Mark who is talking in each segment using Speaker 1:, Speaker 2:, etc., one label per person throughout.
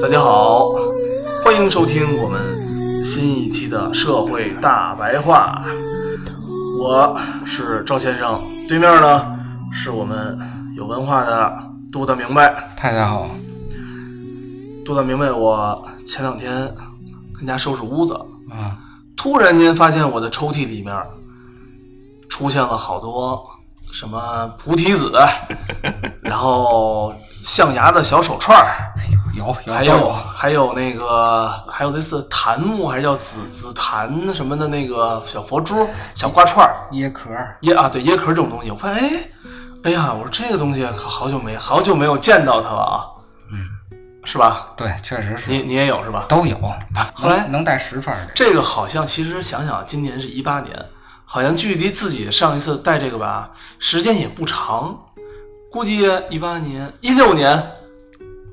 Speaker 1: 大家好，欢迎收听我们新一期的《社会大白话》，我是赵先生，对面呢是我们有文化的杜大明白，
Speaker 2: 太太好，
Speaker 1: 杜大明白。我前两天跟家收拾屋子，
Speaker 2: 啊，
Speaker 1: 突然间发现我的抽屉里面出现了好多什么菩提 子，然后象牙的小手串儿。
Speaker 2: 有有
Speaker 1: 还
Speaker 2: 都
Speaker 1: 有还有那个还有类似檀木还是叫紫紫檀什么的那个小佛珠、小挂串儿
Speaker 2: 椰壳儿，
Speaker 1: 椰啊，对椰壳这种东西，我发现哎，哎呀，我说这个东西可好久没好久没有见到它了啊，嗯，是吧？
Speaker 2: 对，确实是
Speaker 1: 你你也有是吧？
Speaker 2: 都有。
Speaker 1: 后来
Speaker 2: 能能带十串儿的，
Speaker 1: 这个好像其实想想，今年是一八年，好像距离自己上一次戴这个吧，时间也不长，估计一八年、一六年，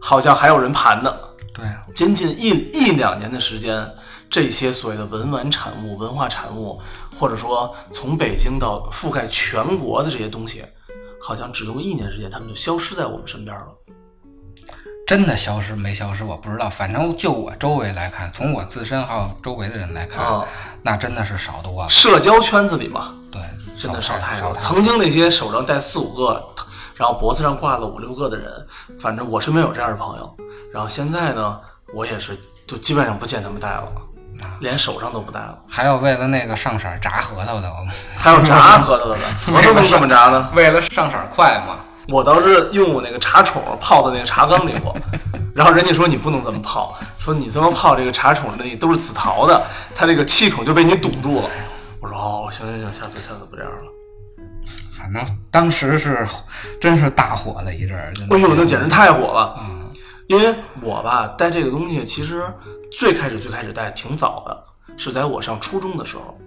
Speaker 1: 好像还有人盘呢。
Speaker 2: 对，
Speaker 1: 仅仅一一两年的时间，这些所谓的文玩产物、文化产物，或者说从北京到覆盖全国的这些东西，好像只用一年时间，他们就消失在我们身边了。
Speaker 2: 真的消失没消失我不知道，反正就我周围来看，从我自身还有周围的人来看，
Speaker 1: 啊
Speaker 2: 那真的是少多了。
Speaker 1: 社交圈子里嘛，
Speaker 2: 对，
Speaker 1: 真的
Speaker 2: 少
Speaker 1: 少太
Speaker 2: 少
Speaker 1: 多。曾经那些手上戴四五个，然后脖子上挂了五六个的人，反正我身边有这样的朋友。然后现在呢，我也是就基本上不见他们戴了，连手上都不戴了。
Speaker 2: 还有为了那个上色儿炸核桃的， 我
Speaker 1: 还有炸核桃的呢，怎么都能这么炸呢？
Speaker 2: 为了上色儿快嘛，
Speaker 1: 我倒是用我那个茶宠泡在那个茶缸里过，然后人家说你不能这么泡，说你这么泡这个茶宠那都是紫陶的，它这个气孔就被你堵住了。我说哦，行行行，下次下次不这样了。
Speaker 2: 反正当时是真是大火了一阵儿。真的
Speaker 1: 哎
Speaker 2: 是
Speaker 1: 呦，那简直太火了！
Speaker 2: 啊，
Speaker 1: 因为我吧戴这个东西，其实最开始最开始戴挺早的，是在我上初中的时候。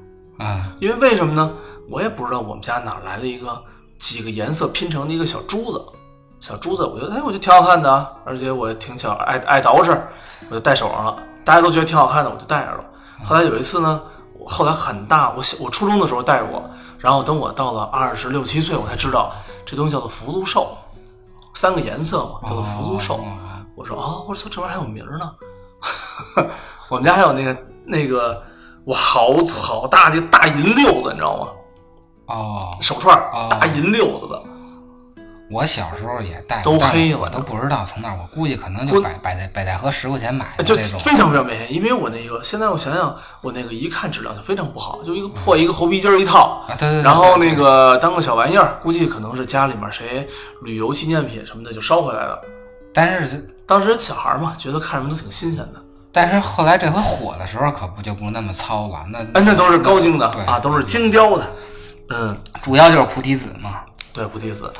Speaker 2: 啊，
Speaker 1: 因为为什么呢？我也不知道我们家哪来的一个几个颜色拼成的一个小珠子，小珠子，我觉得哎，我觉得挺好看的啊，而且我也挺巧爱爱捯饬，我就戴手上了。大家都觉得挺好看的，我就戴着了。后来有一次呢，我后来很大，我小我初中的时候戴过，然后等我到了二十六七岁，我才知道这东西叫做福禄寿，三个颜色嘛，叫做福禄寿。
Speaker 2: 哦
Speaker 1: 我说哦，我说这玩意儿还有名儿呢。 我们家还有那个那个，我好好大那大银溜子，你知道吗？
Speaker 2: 哦，
Speaker 1: 手串儿
Speaker 2: 哦
Speaker 1: 大银溜子的，
Speaker 2: 我小时候也带，
Speaker 1: 都黑
Speaker 2: 但
Speaker 1: 了
Speaker 2: 我都不知道从哪儿，我估计可能就
Speaker 1: 滚
Speaker 2: 百百代百代和十块钱买的
Speaker 1: 就
Speaker 2: 啊那种。
Speaker 1: 非常非常便宜。因为我那个现在我想想，我那个一看质量就非常不好，就一个破一个猴皮筋儿一套。
Speaker 2: 啊，对对对。
Speaker 1: 然后
Speaker 2: 对
Speaker 1: 那，个当个小玩意儿，估计可能是家里面谁旅游纪念品什么的就捎回来了。
Speaker 2: 但是
Speaker 1: 当时小孩儿嘛，觉得看什么都挺新鲜的，
Speaker 2: 但是后来这回火的时候可不就不那么糙了，那
Speaker 1: 哎，那都是高精的
Speaker 2: 对
Speaker 1: 啊，都是精雕的。嗯，
Speaker 2: 主要就是菩提子嘛。
Speaker 1: 对，菩提子。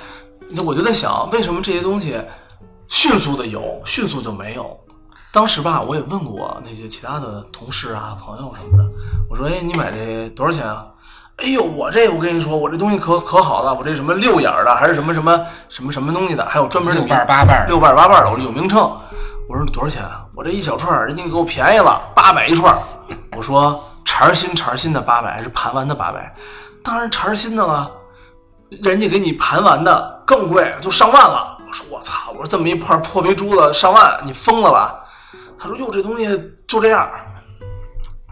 Speaker 1: 那我就在想，为什么这些东西迅速的有，迅速就没有？当时吧，我也问过那些其他的同事啊、朋友什么的，我说：“哎，你买这多少钱啊？”哎呦，我这我跟你说，我这东西可可好了，我这什么六眼儿的，还是什么什么什么什么东西的，还有专门的
Speaker 2: 六瓣儿八瓣儿的
Speaker 1: 六瓣儿八瓣儿的，我这有名称。我说多少钱啊？我这一小串儿，人家给我便宜了，八百一串儿。我说肠儿心肠儿心的八百，还是盘完的八百？当然肠儿心的了。人家给你盘完的更贵，就上万了。我说我操，我说这么一块破皮珠子上万，你疯了吧？他说哟，这东西就这样。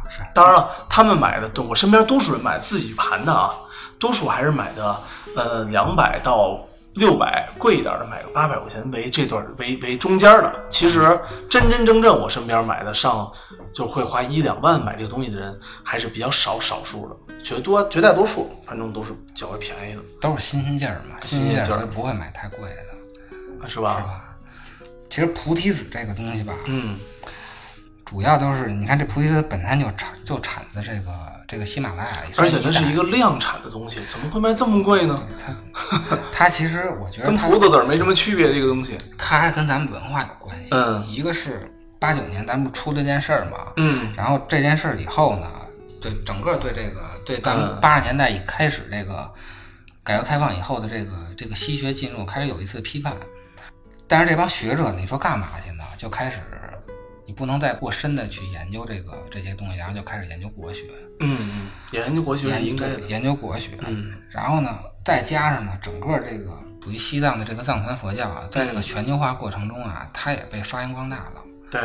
Speaker 2: 是
Speaker 1: 当然了，他们买的，对我身边多数人买自己盘的啊，多数还是买的呃两百到六百，贵一点的买个八百块钱为这段为为中间的。其实真真正正我身边买的上就会花一两万买这个东西的人还是比较少少数的，绝多绝大多数反正都是较为便宜的。
Speaker 2: 都是新鲜劲儿嘛，
Speaker 1: 新
Speaker 2: 新
Speaker 1: 鲜劲
Speaker 2: 鲜劲
Speaker 1: 儿
Speaker 2: 儿，所以不会买太贵的，是
Speaker 1: 是吧？
Speaker 2: 吧？其实菩提子这个东西吧，
Speaker 1: 嗯，
Speaker 2: 主要都是你看这菩提子本身就产就产自这个这个喜马拉雅，
Speaker 1: 而且它
Speaker 2: 所以
Speaker 1: 是
Speaker 2: 带
Speaker 1: 一个量产的东西，怎么会卖这么贵呢？
Speaker 2: 它它其实我觉得
Speaker 1: 跟
Speaker 2: 它
Speaker 1: 葡萄籽儿没什么区别的一个东西。
Speaker 2: 它还跟咱们文化有关系。
Speaker 1: 嗯
Speaker 2: 一个是八九年咱不出这件事儿嘛，
Speaker 1: 嗯
Speaker 2: 然后这件事儿以后呢，对整个对这个对咱们
Speaker 1: 嗯
Speaker 2: 八十年代一开始这个改革开放以后的这个这个西学进入开始有一次批判，但是这帮学者你说干嘛去呢？就开始你不能再过深的去研究这个这些东西，然后就开始研究国学，
Speaker 1: 嗯，研究国学是
Speaker 2: 研
Speaker 1: 应该
Speaker 2: 对
Speaker 1: 的，
Speaker 2: 研究国学，
Speaker 1: 嗯
Speaker 2: 然后呢，再加上呢，整个这个属于西藏的这个藏传佛教啊，在这
Speaker 1: 嗯
Speaker 2: 个全球化过程中啊，它也被发扬光大了。
Speaker 1: 对，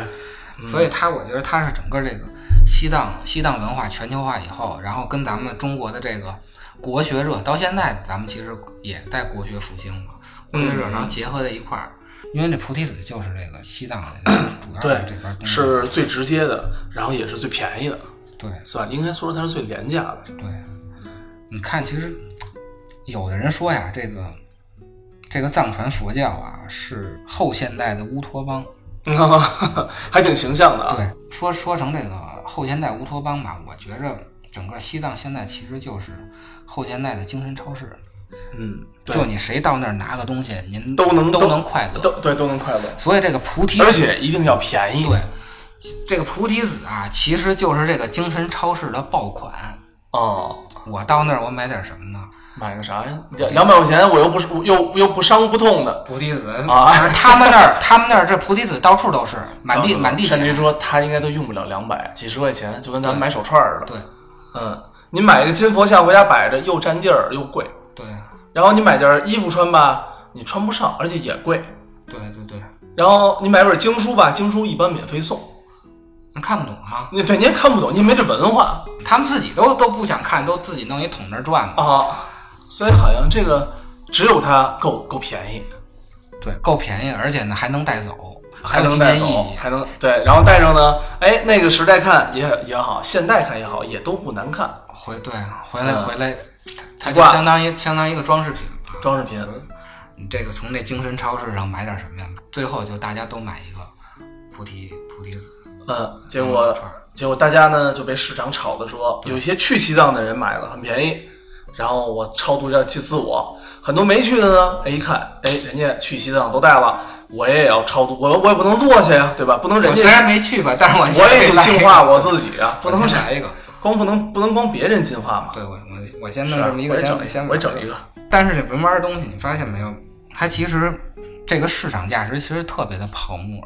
Speaker 1: 嗯
Speaker 2: 所以它，我觉得它是整个这个西藏西藏文化全球化以后，然后跟咱们中国的这个国学热，到现在咱们其实也在国学复兴嘛，国学热，
Speaker 1: 嗯
Speaker 2: 然后结合在一块儿，因为这菩提子就是这个 西藏的主要的这边东西，
Speaker 1: 是最直接的，然后也是最便宜的，
Speaker 2: 对
Speaker 1: 是吧？应该说它是最廉价的，
Speaker 2: 对。你看，其实有的人说呀，这个这个藏传佛教啊是后现代的乌托邦，
Speaker 1: 还挺形象的啊。
Speaker 2: 对，说说成这个后现代乌托邦吧，我觉着整个西藏现在其实就是后现代的精神超市，
Speaker 1: 嗯，对，
Speaker 2: 就你谁到那儿拿个东西，您
Speaker 1: 都能
Speaker 2: 都
Speaker 1: 都
Speaker 2: 能快乐。
Speaker 1: 都对都能快乐，
Speaker 2: 所以这个菩提
Speaker 1: 而且一定要便宜。
Speaker 2: 对这个菩提子啊，其实就是这个精神超市的爆款。
Speaker 1: 哦，
Speaker 2: 我到那儿我买点什么呢？
Speaker 1: 买个啥呀？两两百块钱，我又不是又又不伤不痛的。
Speaker 2: 菩提子
Speaker 1: 啊
Speaker 2: 反正他们那儿他们那儿这菩提子到处都是，满地
Speaker 1: 当时
Speaker 2: 满地
Speaker 1: 甚至
Speaker 2: 捡。
Speaker 1: 说他应该都用不了两百，几十块钱就跟咱们买手串儿似的。
Speaker 2: 对
Speaker 1: 嗯，你买一个金佛像回家摆着，又占地儿又贵，
Speaker 2: 对
Speaker 1: 然后你买件衣服穿吧，你穿不上，而且也贵。
Speaker 2: 对对对，
Speaker 1: 然后你买本经书吧，经书一般免费送。
Speaker 2: 你看不懂啊，
Speaker 1: 你对，你也看不懂，你也没这文化
Speaker 2: 他们自己都都不想看，都自己弄一桶那儿转嘛。
Speaker 1: 啊，所以好像这个只有它够够便宜，
Speaker 2: 对，够便宜，而且呢还能带走，
Speaker 1: 还
Speaker 2: 有
Speaker 1: 能
Speaker 2: 纪
Speaker 1: 带
Speaker 2: 念意
Speaker 1: 走，
Speaker 2: 义。
Speaker 1: 还能对，然后带上呢，哎，那个时代看也也好，现代看也好，也都不难看，
Speaker 2: 回对啊回来
Speaker 1: 嗯
Speaker 2: 回来，它
Speaker 1: 一
Speaker 2: 就
Speaker 1: 挂
Speaker 2: 相当于相当于一个装饰品嘛。
Speaker 1: 装饰品。
Speaker 2: 你这个从那精神超市上买点什么呀？最后就大家都买一个菩提菩提子，
Speaker 1: 嗯，结果
Speaker 2: 串儿
Speaker 1: 结果大家呢就被市场炒的说，有一些去西藏的人买了很便宜，然后我超度一下去自我，很多没去的呢，哎一看，哎人家去西藏都带了，我也要超度，我我也不能落下呀，对吧？不能人
Speaker 2: 我
Speaker 1: 家
Speaker 2: 虽然没去吧，但是我
Speaker 1: 我也得净化
Speaker 2: 我，
Speaker 1: 我自己 啊，不能
Speaker 2: 我先
Speaker 1: 啥
Speaker 2: 来一个。
Speaker 1: 光不能不能光别人进化嘛。
Speaker 2: 对我我我先
Speaker 1: 啊是
Speaker 2: 弄
Speaker 1: 吧
Speaker 2: 这么一个，
Speaker 1: 我也
Speaker 2: 先
Speaker 1: 整一
Speaker 2: 先
Speaker 1: 我也整一个。
Speaker 2: 但是这文玩的东西，你发现没有？它其实这个市场价值其实特别的泡沫，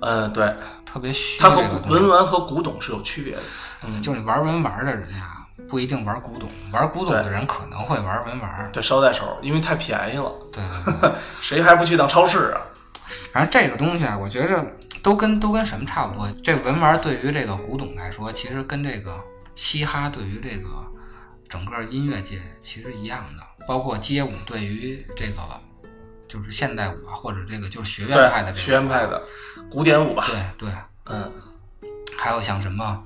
Speaker 1: 嗯，对，
Speaker 2: 特别虚。
Speaker 1: 它和
Speaker 2: 这个
Speaker 1: 古
Speaker 2: 东西
Speaker 1: 文玩和古董是有区别的。嗯，
Speaker 2: 就是玩文玩的人呀、不一定玩古董，玩古董的人可能会玩文玩。
Speaker 1: 对，捎带手，因为太便宜了，
Speaker 2: 对对对，
Speaker 1: 谁还不去趟超市啊？
Speaker 2: 反正这个东西啊，我觉着都跟都跟什么差不多。这文玩对于这个古董来说，其实跟这个嘻哈对于这个整个音乐界其实一样的，包括街舞对于这个就是现代舞啊，或者这个就是学院派的
Speaker 1: 对，
Speaker 2: 这
Speaker 1: 学
Speaker 2: 个，
Speaker 1: 院派的古典舞吧。
Speaker 2: 对对，
Speaker 1: 嗯，
Speaker 2: 还有像什么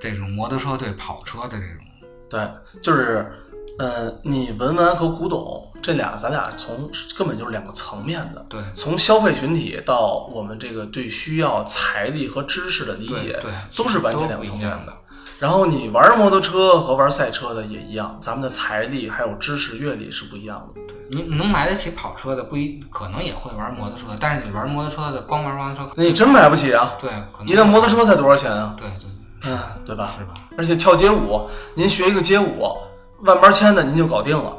Speaker 2: 这种摩托车对跑车的这种，
Speaker 1: 对，就是，呃，你文玩和古董这俩，咱俩从根本就是两个层面的。
Speaker 2: 对
Speaker 1: 从消费群体到我们这个对需要财力和知识的理
Speaker 2: 对
Speaker 1: 解
Speaker 2: 对，
Speaker 1: 都是完
Speaker 2: 都
Speaker 1: 全
Speaker 2: 不
Speaker 1: 两个
Speaker 2: 一
Speaker 1: 层面
Speaker 2: 样
Speaker 1: 的。然后你玩摩托车和玩赛车的也一样，咱们的财力还有知识阅历是不一样的。
Speaker 2: 你你能买得起跑车的，不一可能也会玩摩托车，但是你玩摩托车的，光玩摩托车，
Speaker 1: 那你真买不起啊！
Speaker 2: 对，可能
Speaker 1: 一辆摩托，车才多少钱啊？
Speaker 2: 对对对，
Speaker 1: 嗯，对吧？
Speaker 2: 是吧？
Speaker 1: 而且跳街舞，您学一个街舞，万八千的您就搞定了。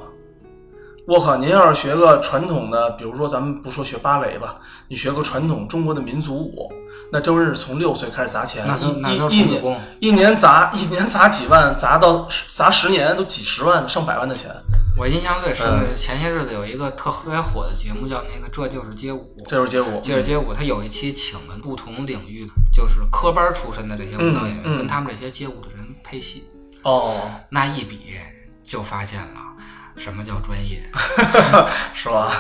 Speaker 1: 我靠，您要是学个传统的，比如说咱们不说学芭蕾吧，你学个传统中国的民族舞，那真是从六岁开始砸钱
Speaker 2: 那，都那都
Speaker 1: 一一
Speaker 2: 是
Speaker 1: 一
Speaker 2: 童子
Speaker 1: 年
Speaker 2: 功，
Speaker 1: 一年砸一年砸几万，砸到十砸十年都几十万上百万的钱，
Speaker 2: 我印象最深
Speaker 1: 嗯
Speaker 2: 的是前些日子有一个特别火的节目，叫那个《这就是街舞》。
Speaker 1: 这就是街舞。
Speaker 2: 接着街舞，他有一期请了不同领域，就是科班出身的这些舞蹈演员，
Speaker 1: 嗯嗯
Speaker 2: 跟他们这些街舞的人配戏，
Speaker 1: 哦，
Speaker 2: 那一比就发现了什么叫专业，
Speaker 1: 哦 是吧？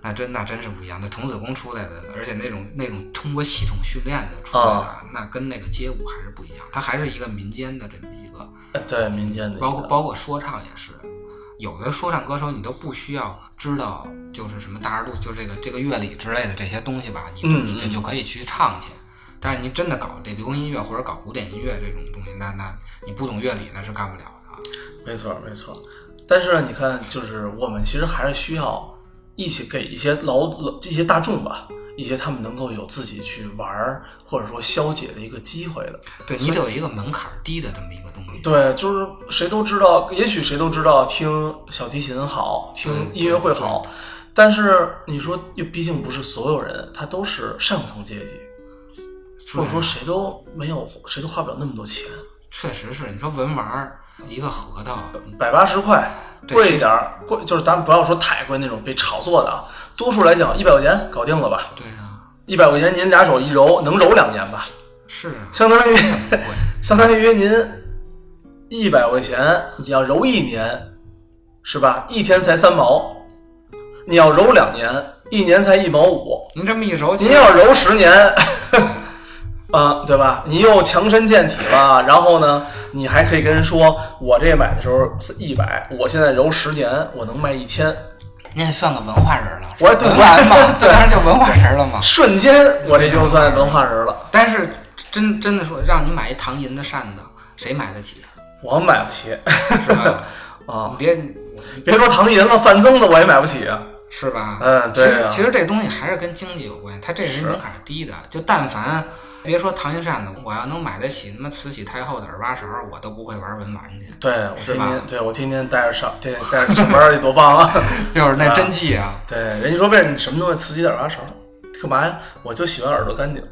Speaker 2: 那真那真是不一样。那童子功出来的，而且那种那种通过系统训练的出来的，
Speaker 1: 啊
Speaker 2: 那跟那个街舞还是不一样。它还是一个民间的这么一个，
Speaker 1: 哎对，民间的一个
Speaker 2: 包括包括说唱也是，有的说唱歌手你都不需要知道就是什么大二度，就这个这个乐理之类的这些东西吧，你就
Speaker 1: 嗯
Speaker 2: 你就
Speaker 1: 嗯
Speaker 2: 就可以去唱去。但是你真的搞这流行音乐或者搞古典音乐这种东西，那那你不懂乐理那是干不了的啊。
Speaker 1: 没错，没错。但是呢，你看，就是我们其实还是需要一些给一些劳一些大众吧，一些他们能够有自己去玩儿或者说消解的一个机会的。
Speaker 2: 对你得有一个门槛低的这么一个东西。
Speaker 1: 对，就是谁都知道，也许谁都知道听小提琴好，听音乐会好，但是你说，又毕竟不是所有人，他都是上层阶级，或者说谁都没有，谁都花不了那么多钱，
Speaker 2: 确实是，你说文玩儿一个核桃，
Speaker 1: 百八十块，
Speaker 2: 对
Speaker 1: 贵
Speaker 2: 是
Speaker 1: 一点儿，贵就是咱们不要说太贵那种被炒作的啊，多数来讲一百块钱搞定了吧，
Speaker 2: 对啊，
Speaker 1: 一百块钱您俩手一揉，能揉两年吧，
Speaker 2: 是啊，
Speaker 1: 相当于
Speaker 2: 很 贵。
Speaker 1: 相当于您一百块钱，你要揉一年，是吧？一天才三毛，你要揉两年，一年才一毛五。
Speaker 2: 您这么一揉，其
Speaker 1: 您
Speaker 2: 实
Speaker 1: 要揉十年，啊，对吧？你又强身健体了，然后呢，你还可以跟人说，我这买的时候是一百，我现在揉十年，我能卖一千，
Speaker 2: 您也算个文化人了，
Speaker 1: 我对
Speaker 2: 文玩嘛，
Speaker 1: 对
Speaker 2: 这当然叫文化人了嘛。
Speaker 1: 瞬间我这就算文化人了。
Speaker 2: 但是真真的说，让你买一唐银的扇子，谁买得起？
Speaker 1: 我买不起
Speaker 2: 是吧？
Speaker 1: 啊
Speaker 2: 你！别
Speaker 1: 别说唐银了，范增的我也买不起啊。
Speaker 2: 是吧？
Speaker 1: 嗯对啊
Speaker 2: 其实其实这东西还是跟经济有关，它这人门槛低的。就但凡别说唐银扇子，我要能买得起他妈慈禧太后的耳挖勺，我都不会玩文玩 去。
Speaker 1: 对我
Speaker 2: 是
Speaker 1: 天
Speaker 2: 吧
Speaker 1: 天对我天天带着上，天天带着上班儿得多棒啊！
Speaker 2: 就是那真气啊！
Speaker 1: 对，人家说为什么你什么东西刺激点儿挖勺，干嘛呀？我就喜欢耳朵干 净，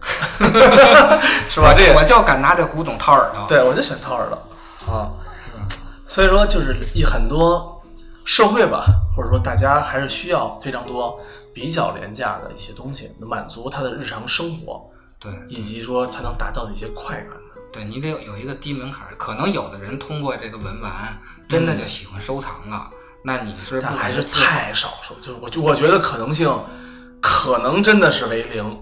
Speaker 1: 是吧？这也
Speaker 2: 我就敢拿这古董掏耳朵。
Speaker 1: 对我就喜欢掏耳朵啊。所以说，就是一很多社会吧，或者说大家还是需要非常多比较廉价的一些东西，满足他的日常生活，
Speaker 2: 对
Speaker 1: 以及说他能达到的一些快感的。
Speaker 2: 对，你得有一个低门槛儿。可能有的人通过这个文玩，真的就喜欢收藏了。那你是不
Speaker 1: 但还
Speaker 2: 管
Speaker 1: 是
Speaker 2: 自己
Speaker 1: 太少数，就是我就我觉得可能性，可能真的是为零。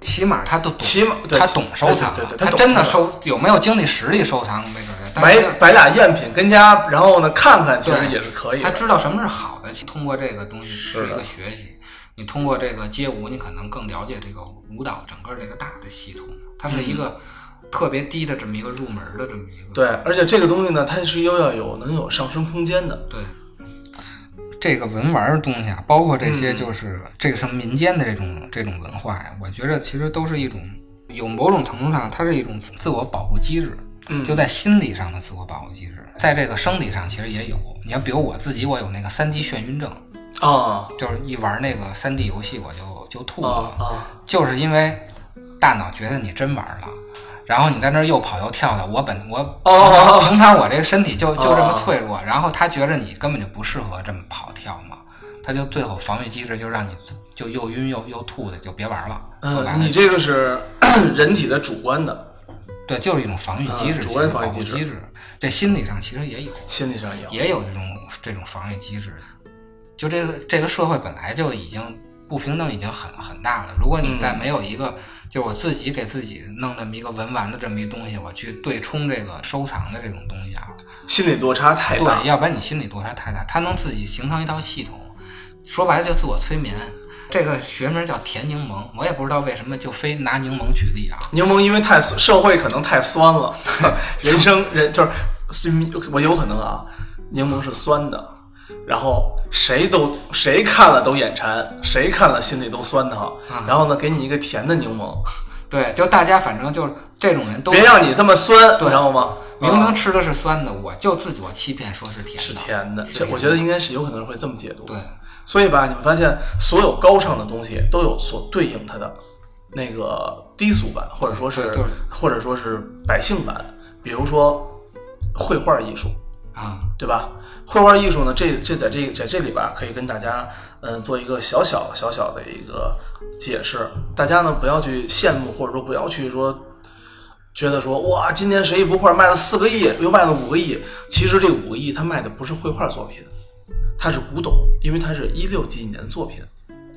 Speaker 2: 起码他都懂，
Speaker 1: 起码对
Speaker 2: 他懂收藏啊，
Speaker 1: 对对对他
Speaker 2: 他
Speaker 1: 懂
Speaker 2: 真的
Speaker 1: 收
Speaker 2: 收有没有经济实力收藏没准儿，但
Speaker 1: 买
Speaker 2: 是
Speaker 1: 买俩赝品跟家，然后呢看看，其实也是可以
Speaker 2: 他
Speaker 1: 的。
Speaker 2: 知道什么是好的，通过这个东西
Speaker 1: 的
Speaker 2: 是一个学习。你通过这个街舞，你可能更了解这个舞蹈整个这个大的系统，它是一个特别低的这么一个入门的这么一个
Speaker 1: 嗯对，而且这个东西呢，它是又要有能有上升空间的。
Speaker 2: 对，这个文玩儿的东西啊，包括这些
Speaker 1: 嗯
Speaker 2: 就是、这个什么民间的这种这种文化呀、我觉着其实都是一种有某种程度上它是一种自我保护机制，
Speaker 1: 嗯
Speaker 2: 就在心理上的自我保护机制，在这个生理上其实也有。你要比如我自己，我有那个三级眩晕症，
Speaker 1: 啊
Speaker 2: 就是一玩那个三 D 游戏我就就吐
Speaker 1: 啊
Speaker 2: 了。
Speaker 1: 啊！
Speaker 2: 就是因为大脑觉得你真玩了，然后你在那儿又跑又跳的，我本我
Speaker 1: 哦哦哦
Speaker 2: 平常我这个身 体就就这
Speaker 1: 哦
Speaker 2: 么脆弱，然后他觉着你根本就不适合这么跑跳嘛，他就最后防御机制就让你就又晕又又吐的，就别玩了。说白
Speaker 1: 嗯，
Speaker 2: 了
Speaker 1: 你这个是 人体的主观的，
Speaker 2: 对，就是一种防御机制，
Speaker 1: 嗯主
Speaker 2: 其
Speaker 1: 观
Speaker 2: 实
Speaker 1: 防御
Speaker 2: 保护
Speaker 1: 机制
Speaker 2: 机制，这心理上其实也有。
Speaker 1: 心理上也有。
Speaker 2: 也有这种这种防御机制。就这个这个社会本来就已经不平等已经很很大了，如果你
Speaker 1: 嗯
Speaker 2: 再没有一个、就是我自己给自己弄这么一个文玩的这么一东西，我去对冲这个收藏的这种东西啊，
Speaker 1: 心理落差太大
Speaker 2: 对，。要不然你心理落差太大，它能自己形成一套系统，说白了就自我催眠。这个学名叫甜柠檬，我也不知道为什么就非拿柠檬举例啊。
Speaker 1: 柠檬因为太酸社会可能太酸了， 人生人就是我有可能啊，柠檬是酸的，然后谁都谁看了都眼馋，谁看了心里都酸疼
Speaker 2: 啊，
Speaker 1: 然后呢给你一个甜的柠檬，
Speaker 2: 对，就大家反正就是这种人都
Speaker 1: 别让你这么酸，你
Speaker 2: 对
Speaker 1: 知道吗？
Speaker 2: 明
Speaker 1: 啊
Speaker 2: 明吃的是酸的，我就自我欺骗说是甜的。
Speaker 1: 是甜的，
Speaker 2: 是
Speaker 1: 这
Speaker 2: 甜
Speaker 1: 我觉得应该是有可能会这么解读。
Speaker 2: 对，
Speaker 1: 所以吧，你会发现所有高尚的东西都有所对应它的那个低俗版，或者说是
Speaker 2: 对对
Speaker 1: 或者说是百姓版，比如说绘画艺术，
Speaker 2: 啊，
Speaker 1: 对吧？绘画艺术呢，这这在这在这里吧，可以跟大家嗯、呃做一个小小小小的一个解释。大家呢不要去羡慕，或者说不要去说觉得说哇，今天谁一幅画卖了四个亿，又卖了五个亿。其实这五个亿它卖的不是绘画作品，它是古董，因为它是一六几几年的作品。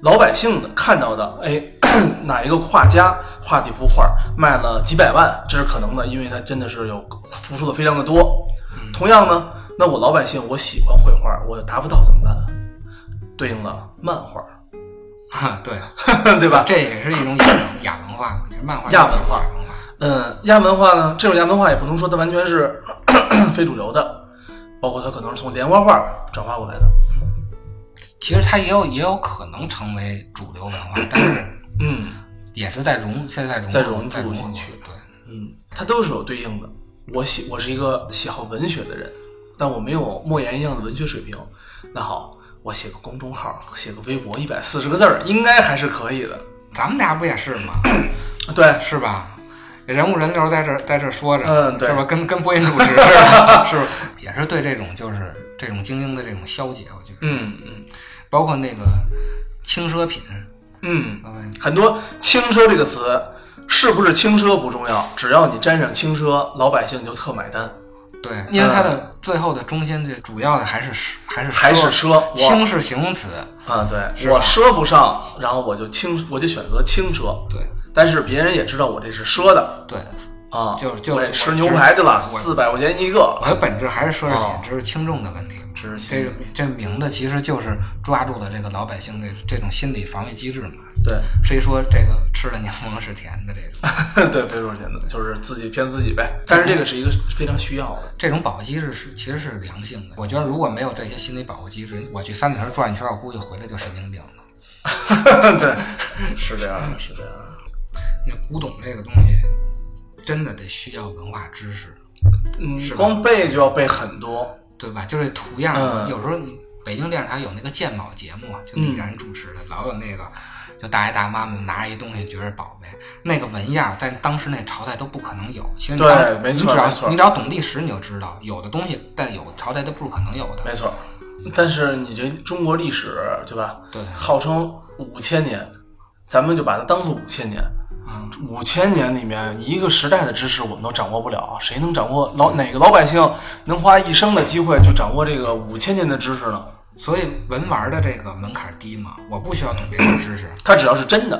Speaker 1: 老百姓的看到的，哎， 哪一个画家画的一幅画卖了几百万，这是可能的，因为它真的是有付出的非常的多。同样呢，那我老百姓我喜欢绘画，我达不到怎么办？啊对应了漫画，
Speaker 2: 哈，对， 啊
Speaker 1: 对吧？
Speaker 2: 这也是一种亚文 亚文化嘛，就是漫画
Speaker 1: 亚文化
Speaker 2: 亚文化，
Speaker 1: 嗯，亚文化呢，这种亚文化也不能说它完全是 非主流的，包括它可能是从莲花画转化过来的。
Speaker 2: 其实它也有也有可能成为主流文化，但是
Speaker 1: 嗯，
Speaker 2: 也是在融，现在融
Speaker 1: 在
Speaker 2: 融
Speaker 1: 融注
Speaker 2: 合
Speaker 1: 进去
Speaker 2: 对，
Speaker 1: 嗯，它都是有对应的。我喜我是一个喜好文学的人，但我没有莫言一样的文学水平。那好，我写个公众号，写个微博，一百四十个字儿，应该还是可以的。
Speaker 2: 咱们俩不也是吗？
Speaker 1: 对，
Speaker 2: 是吧？人物人流在这儿在这儿说着，
Speaker 1: 嗯对
Speaker 2: 是吧？跟跟播音主持似的，是吧？也是对这种就是这种精英的这种消解，我觉得，
Speaker 1: 嗯嗯
Speaker 2: 包括那个轻奢品，
Speaker 1: 嗯，
Speaker 2: 嗯，
Speaker 1: 很多“轻奢”这个词，是不是轻奢不重要，只要你沾上轻奢，老百姓就特买单，
Speaker 2: 对，
Speaker 1: 嗯
Speaker 2: 因为它的最后的中心，这主要的还是奢还是奢
Speaker 1: 还是奢。我
Speaker 2: 轻是形容词，
Speaker 1: 啊，
Speaker 2: 是
Speaker 1: 对，
Speaker 2: 吧
Speaker 1: 我奢不上，然后我就轻，我就选择轻奢。
Speaker 2: 对
Speaker 1: 但是别人也知道我这是奢的
Speaker 2: 对，
Speaker 1: 啊，
Speaker 2: 就就
Speaker 1: 我也
Speaker 2: 我
Speaker 1: 吃牛排去了，
Speaker 2: 我
Speaker 1: 四百块钱一个。
Speaker 2: 我的本质还是奢侈品
Speaker 1: 哦，
Speaker 2: 只是轻重的问题。
Speaker 1: 只是轻
Speaker 2: 这个这名字其实就是抓住了这个老百姓这这种心理防御机制嘛。
Speaker 1: 对
Speaker 2: 谁说这个吃的柠檬是甜的这种
Speaker 1: 对，非常简单，就是自己骗自己呗。但是这个是一个非常需要的，
Speaker 2: 这种保护机制是其实是良性的。我觉得如果没有这些心理保护机制，我去三里屯转一圈，我估计回来就神经病了。
Speaker 1: 对，是这样的，是这样的。
Speaker 2: 那古董这个东西真的得需要文化知识，
Speaker 1: 嗯，
Speaker 2: 吧
Speaker 1: 光背就要背很多，
Speaker 2: 对吧？就这图样，
Speaker 1: 嗯
Speaker 2: 有时候你北京电视台有那个鉴宝节目，啊就李然主持的，老有那个就大爷大妈们拿着一东西觉着宝贝，那个纹样在当时那朝代都不可能有。其实你
Speaker 1: 对
Speaker 2: 当
Speaker 1: 没错
Speaker 2: 你只
Speaker 1: 没错
Speaker 2: 要你只要懂历史，你就知道有的东西在有的朝代都不可能有的。
Speaker 1: 没错。但是你这中国历史对吧？
Speaker 2: 对
Speaker 1: 号称五千年，咱们就把它当做五千年。
Speaker 2: 啊、
Speaker 1: 五千年里面一个时代的知识我们都掌握不了，啊谁能掌握老哪个老百姓能花一生的机会去掌握这个五千年的知识呢？
Speaker 2: 所以文玩的这个门槛低嘛，我不需要懂这些知识。
Speaker 1: 它只要是真的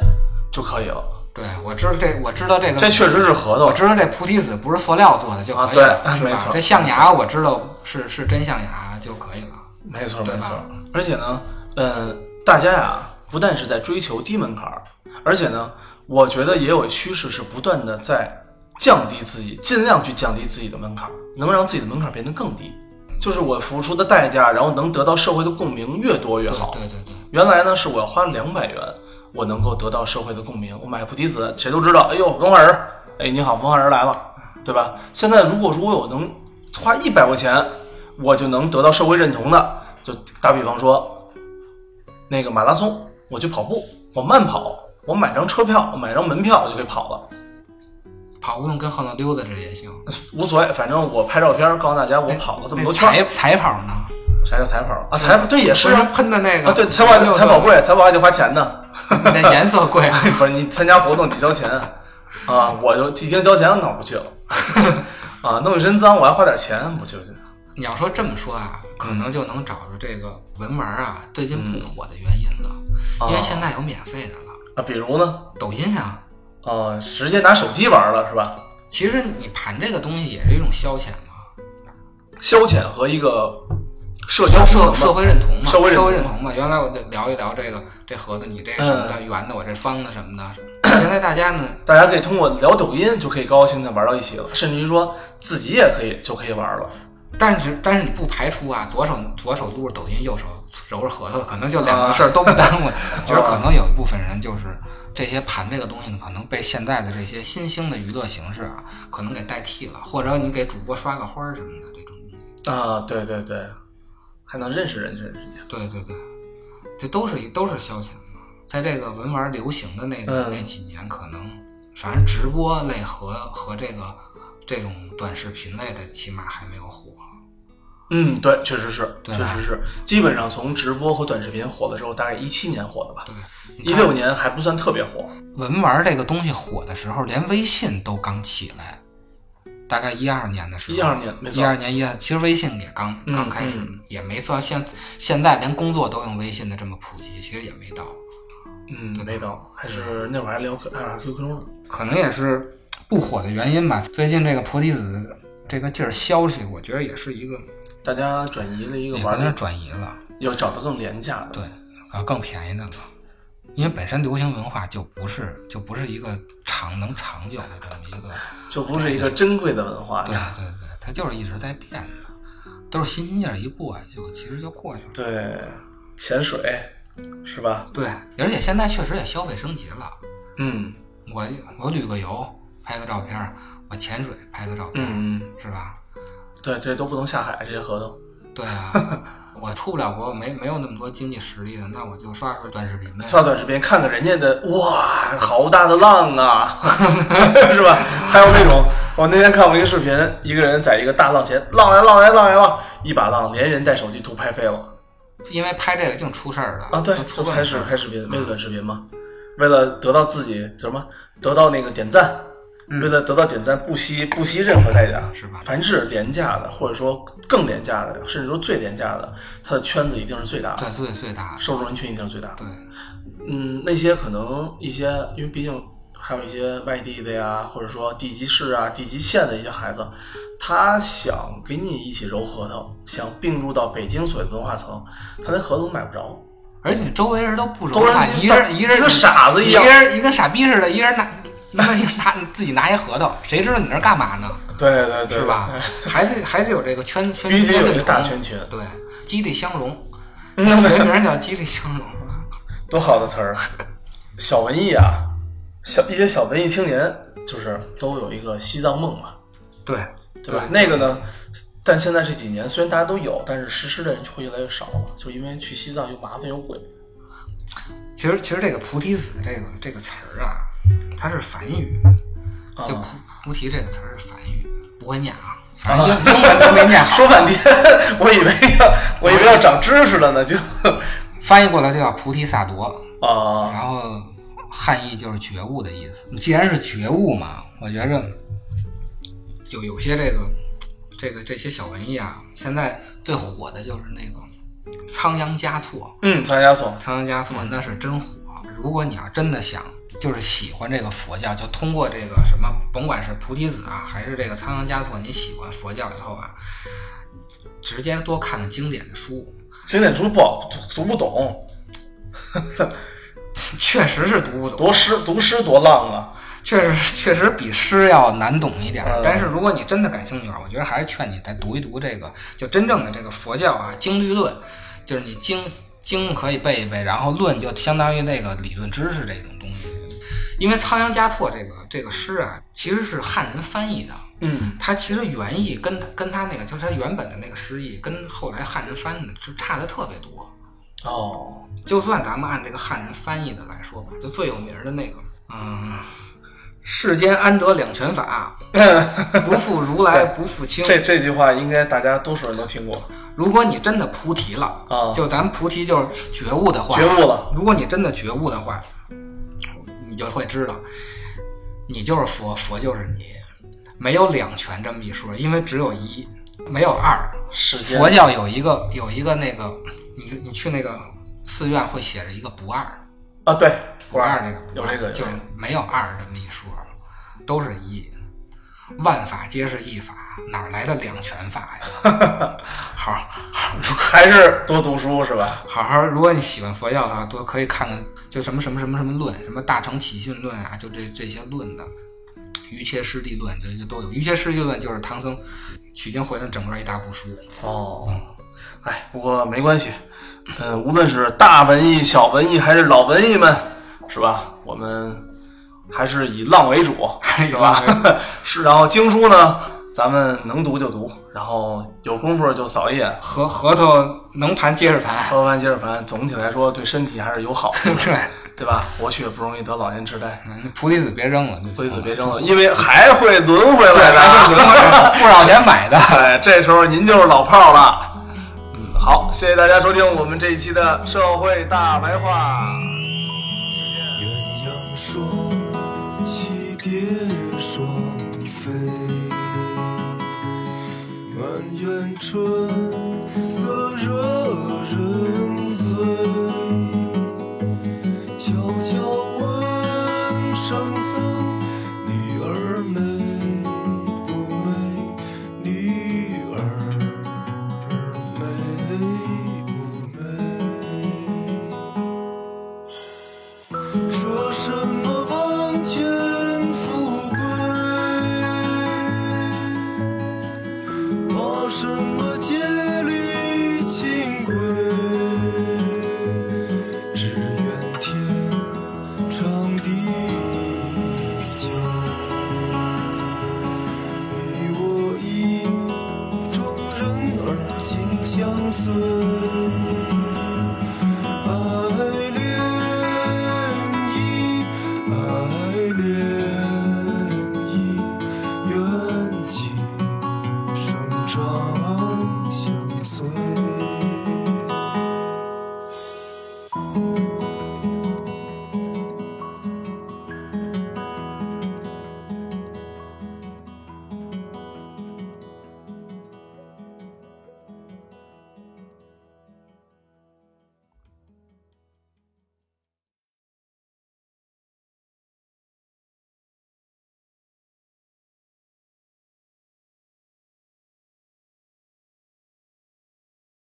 Speaker 1: 就可以了。
Speaker 2: 对我知道这我知道这个
Speaker 1: 这确实是核
Speaker 2: 我
Speaker 1: 桃，
Speaker 2: 知道这菩提子不是塑料做的就可以
Speaker 1: 啊
Speaker 2: 了，
Speaker 1: 对
Speaker 2: 是吧
Speaker 1: 没错
Speaker 2: 这象牙我知道是是真象牙就可以了。
Speaker 1: 没错
Speaker 2: 对
Speaker 1: 没
Speaker 2: 吧
Speaker 1: 错。而且呢，嗯，大家呀、不但是在追求低门槛儿，而且呢，我觉得也有趋势是不断的在降低自己，尽量去降低自己的门槛儿，能让自己的门槛儿变得更低。就是我付出的代价，然后能得到社会的共鸣越多越好。
Speaker 2: 对对对，
Speaker 1: 原来呢是我要花两百元，我能够得到社会的共鸣。我买菩提子，谁都知道，哎呦，文化人儿，哎，你好，文化人儿来了，对吧？现在如果如果我能花一百块钱，我就能得到社会认同的。就打比方说，那个马拉松，我去跑步，我慢跑，我买张车票，我买张门票，我就可以跑了，
Speaker 2: 跑不动跟后头溜达着也行。
Speaker 1: 无所谓，反正我拍照片儿告诉大家我跑了这么多圈儿。
Speaker 2: 那彩彩跑呢？
Speaker 1: 啥叫彩跑啊？彩跑对也是
Speaker 2: 不是
Speaker 1: 啊，
Speaker 2: 喷的那个
Speaker 1: 啊对，彩跑彩跑，贵，彩跑还得花钱呢。
Speaker 2: 你那颜色贵。啊
Speaker 1: 不是你参加活动得交钱啊，我就一听交钱，那我不去了 啊，弄一身脏我还花点钱，不去啊不去。
Speaker 2: 你要说这么说啊，可能就能找着这个文玩啊最近
Speaker 1: 嗯
Speaker 2: 不火的原因了，
Speaker 1: 啊
Speaker 2: 因为现在有免费的了，
Speaker 1: 啊，比如呢，
Speaker 2: 抖音啊。
Speaker 1: 啊，直接拿手机玩了是吧？
Speaker 2: 其实你盘这个东西也是一种消遣嘛，
Speaker 1: 消遣和一个社交
Speaker 2: 社
Speaker 1: 功能
Speaker 2: 社
Speaker 1: 吧
Speaker 2: 社会认同嘛，
Speaker 1: 社
Speaker 2: 社
Speaker 1: 会认同
Speaker 2: 认同嘛。原来我就聊一聊这个这盒子，你这个什么的
Speaker 1: 嗯
Speaker 2: 圆的，我这方的什么的。现在大家呢，
Speaker 1: 大家可以通过聊抖音就可以高高兴兴玩到一起了，甚至于说自己也可以就可以玩了。
Speaker 2: 但是但是你不排除啊，左手左手撸着抖音，右手揉着核桃，可能就两个事儿都不耽误。觉得可能有一部分人就是这些盘这个东西呢，可能被现在的这些新兴的娱乐形式啊，可能给代替了，或者你给主播刷个花儿什么的这种。
Speaker 1: 啊，对对对，还能认识认识认识人家。
Speaker 2: 对对对，这都是一都是消遣嘛。在这个文玩流行的那个、
Speaker 1: 嗯
Speaker 2: 那几年，可能反正直播类和和这个这种短视频类的，起码还没有火。
Speaker 1: 嗯，对，确实是，确
Speaker 2: 对啊吧
Speaker 1: 实是，基本上从直播和短视频火的时候，大概一七年火的吧，
Speaker 2: 对，你
Speaker 1: 一
Speaker 2: 看
Speaker 1: 六年还不算特别火。
Speaker 2: 文玩这个东西火的时候，连微信都刚起来，大概一二年的时候。
Speaker 1: 12年没错
Speaker 2: 一二年一，其实微信也刚
Speaker 1: 嗯
Speaker 2: 刚开始，
Speaker 1: 嗯
Speaker 2: 也没算现现在连工作都用微信的这么普及，其实也没到。
Speaker 1: 嗯，没到，还是那会儿还聊啊 Q 还玩 QQ 呢。
Speaker 2: 可能也是不火的原因吧。最近这个菩提子这个劲儿消息，我觉得也是一个
Speaker 1: 大家转移了一个
Speaker 2: 也
Speaker 1: 玩
Speaker 2: 跟着
Speaker 1: 的，
Speaker 2: 转移了，
Speaker 1: 要找到更廉价的。
Speaker 2: 对，啊，更便宜的了。因为本身流行文化就不是就不是一个长能长久的这么一个，
Speaker 1: 就不是一个珍贵的文化
Speaker 2: 对。对对，它就是一直在变的，都是新鲜劲儿一过就其实就过去了。
Speaker 1: 对，潜水是吧？
Speaker 2: 对，而且现在确实也消费升级了，
Speaker 1: 嗯，
Speaker 2: 我我旅个游，拍个照片儿，我潜水拍个照片儿，
Speaker 1: 嗯嗯，
Speaker 2: 是吧？
Speaker 1: 对，这都不能下海，这些合同
Speaker 2: 对啊， 我出不了国，没没有那么多经济实力的，那我就刷刷短视频呗。
Speaker 1: 刷短视频看看人家的，哇，好大的浪啊， 是吧？还有那种，我那天看过一个视频，一个人在一个大浪前浪来浪来浪来浪，一把浪连人带手机都拍飞了。
Speaker 2: 因为拍这个净出事儿了嗯
Speaker 1: 啊，对
Speaker 2: 就，
Speaker 1: 就
Speaker 2: 出
Speaker 1: 拍
Speaker 2: 问
Speaker 1: 视
Speaker 2: 题。
Speaker 1: 拍视频，为了短视频嘛，为了得到自己怎么得到那个点赞，
Speaker 2: 嗯
Speaker 1: 为了得到点赞不惜不惜任何代价，
Speaker 2: 是吧
Speaker 1: 凡是廉价的，或者说更廉价的，甚至说最廉价的，它的圈子一定是最大的，
Speaker 2: 对，最最大的，
Speaker 1: 受众人群一定是最大的。
Speaker 2: 对，
Speaker 1: 嗯，那些可能一些，因为毕竟还有一些外地的呀，或者说地级市啊、地级县的一些孩子，他想给你一起揉核桃，想并入到北京所谓的文化层，他连合同买不着。
Speaker 2: 而且周围人都不
Speaker 1: 都
Speaker 2: 容
Speaker 1: 是
Speaker 2: 易，一人一人
Speaker 1: 一个傻子一样
Speaker 2: 一人一个傻逼似的，一人拿。那你拿你自己拿一合同，谁知道你那儿干嘛呢？
Speaker 1: 对对对，
Speaker 2: 是吧？还得还得有这个圈圈
Speaker 1: 必
Speaker 2: 圈
Speaker 1: 须有一
Speaker 2: 认
Speaker 1: 个
Speaker 2: 同
Speaker 1: 大圈群，
Speaker 2: 对，激励相 融，
Speaker 1: 嗯
Speaker 2: 学名叫激励相融。啊
Speaker 1: 多好的词儿！小文艺啊，小一些小文艺青年就是都有一个西藏梦嘛，
Speaker 2: 对，
Speaker 1: 对吧？那个呢，但现在这几年虽然大家都有，但是实施的人会越来越少了，就因为去西藏又麻烦又贵。
Speaker 2: 其实其实这个菩提子这个这个词儿啊，它是梵语，
Speaker 1: 啊
Speaker 2: 就菩菩提这个词儿是梵语，不会念 啊，反正英英文都没念好，啊
Speaker 1: 说半天， 我以为要我以为要长知识了呢，就
Speaker 2: 翻译过来就叫菩提萨埵，
Speaker 1: 啊，
Speaker 2: 然后汉译就是觉悟的意思。既然是觉悟嘛，我觉着就有些这个这个这些小文艺啊，现在最火的就是那个仓央嘉措，
Speaker 1: 嗯，参加所，
Speaker 2: 仓央嘉措那是真火。如果你要真的想，就是喜欢这个佛教，就通过这个什么，甭管是菩提子啊，还是这个仓央嘉措，你喜欢佛教以后啊，直接多看看经典的书，
Speaker 1: 经典书不好读不懂，
Speaker 2: 确实是读不懂，
Speaker 1: 读诗读诗多浪啊！
Speaker 2: 确实确实比诗要难懂一点儿
Speaker 1: 嗯。
Speaker 2: 但是如果你真的感兴趣啊，我觉得还是劝你再读一读这个，就真正的这个佛教啊经律论，就是你经经可以背一背，然后论就相当于那个理论知识这种东西。因为仓央嘉措这个这个诗啊，其实是汉人翻译的，
Speaker 1: 嗯，
Speaker 2: 它其实原意跟它跟他那个就是他原本的那个诗意，跟后来汉人翻译的就差的特别多。
Speaker 1: 哦。
Speaker 2: 就算咱们按这个汉人翻译的来说吧，就最有名儿的那个，嗯，世间安得两全法，不负如 来不负卿。
Speaker 1: 这这句话应该大家多数人都听过，
Speaker 2: 如果你真的菩提了，
Speaker 1: 啊
Speaker 2: 就咱们菩提就是觉悟的话，
Speaker 1: 觉悟了。
Speaker 2: 如果你真的觉悟的话，你就会知道，你就是佛，佛就是你，没有两全这么一说，因为只有一，没有二。
Speaker 1: 世间
Speaker 2: 佛教有一个有一个那个，你你去那个寺院会写着一个不二。
Speaker 1: 啊，对，
Speaker 2: 不二这个不
Speaker 1: 有
Speaker 2: 二
Speaker 1: 这个有
Speaker 2: 就
Speaker 1: 这
Speaker 2: 是
Speaker 1: 个
Speaker 2: 没有二这么一说，都是一，万法皆是一法，哪儿来的两全法呀？ 好好
Speaker 1: 还是多读书是吧？
Speaker 2: 好好，如果你喜欢佛教的话，多可以看看就什么什么什么什么论，什么大乘起信论啊，就这这些论的，瑜伽师地论这些都有。瑜伽师地论就是唐僧取经回来整个一大部书。
Speaker 1: 哦，哎，不过没关系，嗯，无论是大文艺、小文艺，还是老文艺们，是吧？我们还是以浪为主，
Speaker 2: 还
Speaker 1: 是
Speaker 2: 哎有
Speaker 1: 吧？ 是，然后经书呢，咱们能读就读，然后有功夫就扫一眼。
Speaker 2: 核核桃能盘接着盘，
Speaker 1: 喝完接着盘，总体来说对身体还是有好处，
Speaker 2: 对，
Speaker 1: 对吧？活血不容易得老年痴呆，
Speaker 2: 嗯菩提子别扔了，
Speaker 1: 所以子别
Speaker 2: 扔。
Speaker 1: 扔了，因为还会轮回来
Speaker 2: 嗯对，
Speaker 1: 的。
Speaker 2: 咱就轮回了不少钱买 的。
Speaker 1: 哎，这时候您就是老炮儿了。嗯，好，谢谢大家收听我们这一期的社会大白话。
Speaker 3: 鸳鸯双栖蝶双飞，满园春色惹人醉。悄悄问圣僧，女儿美。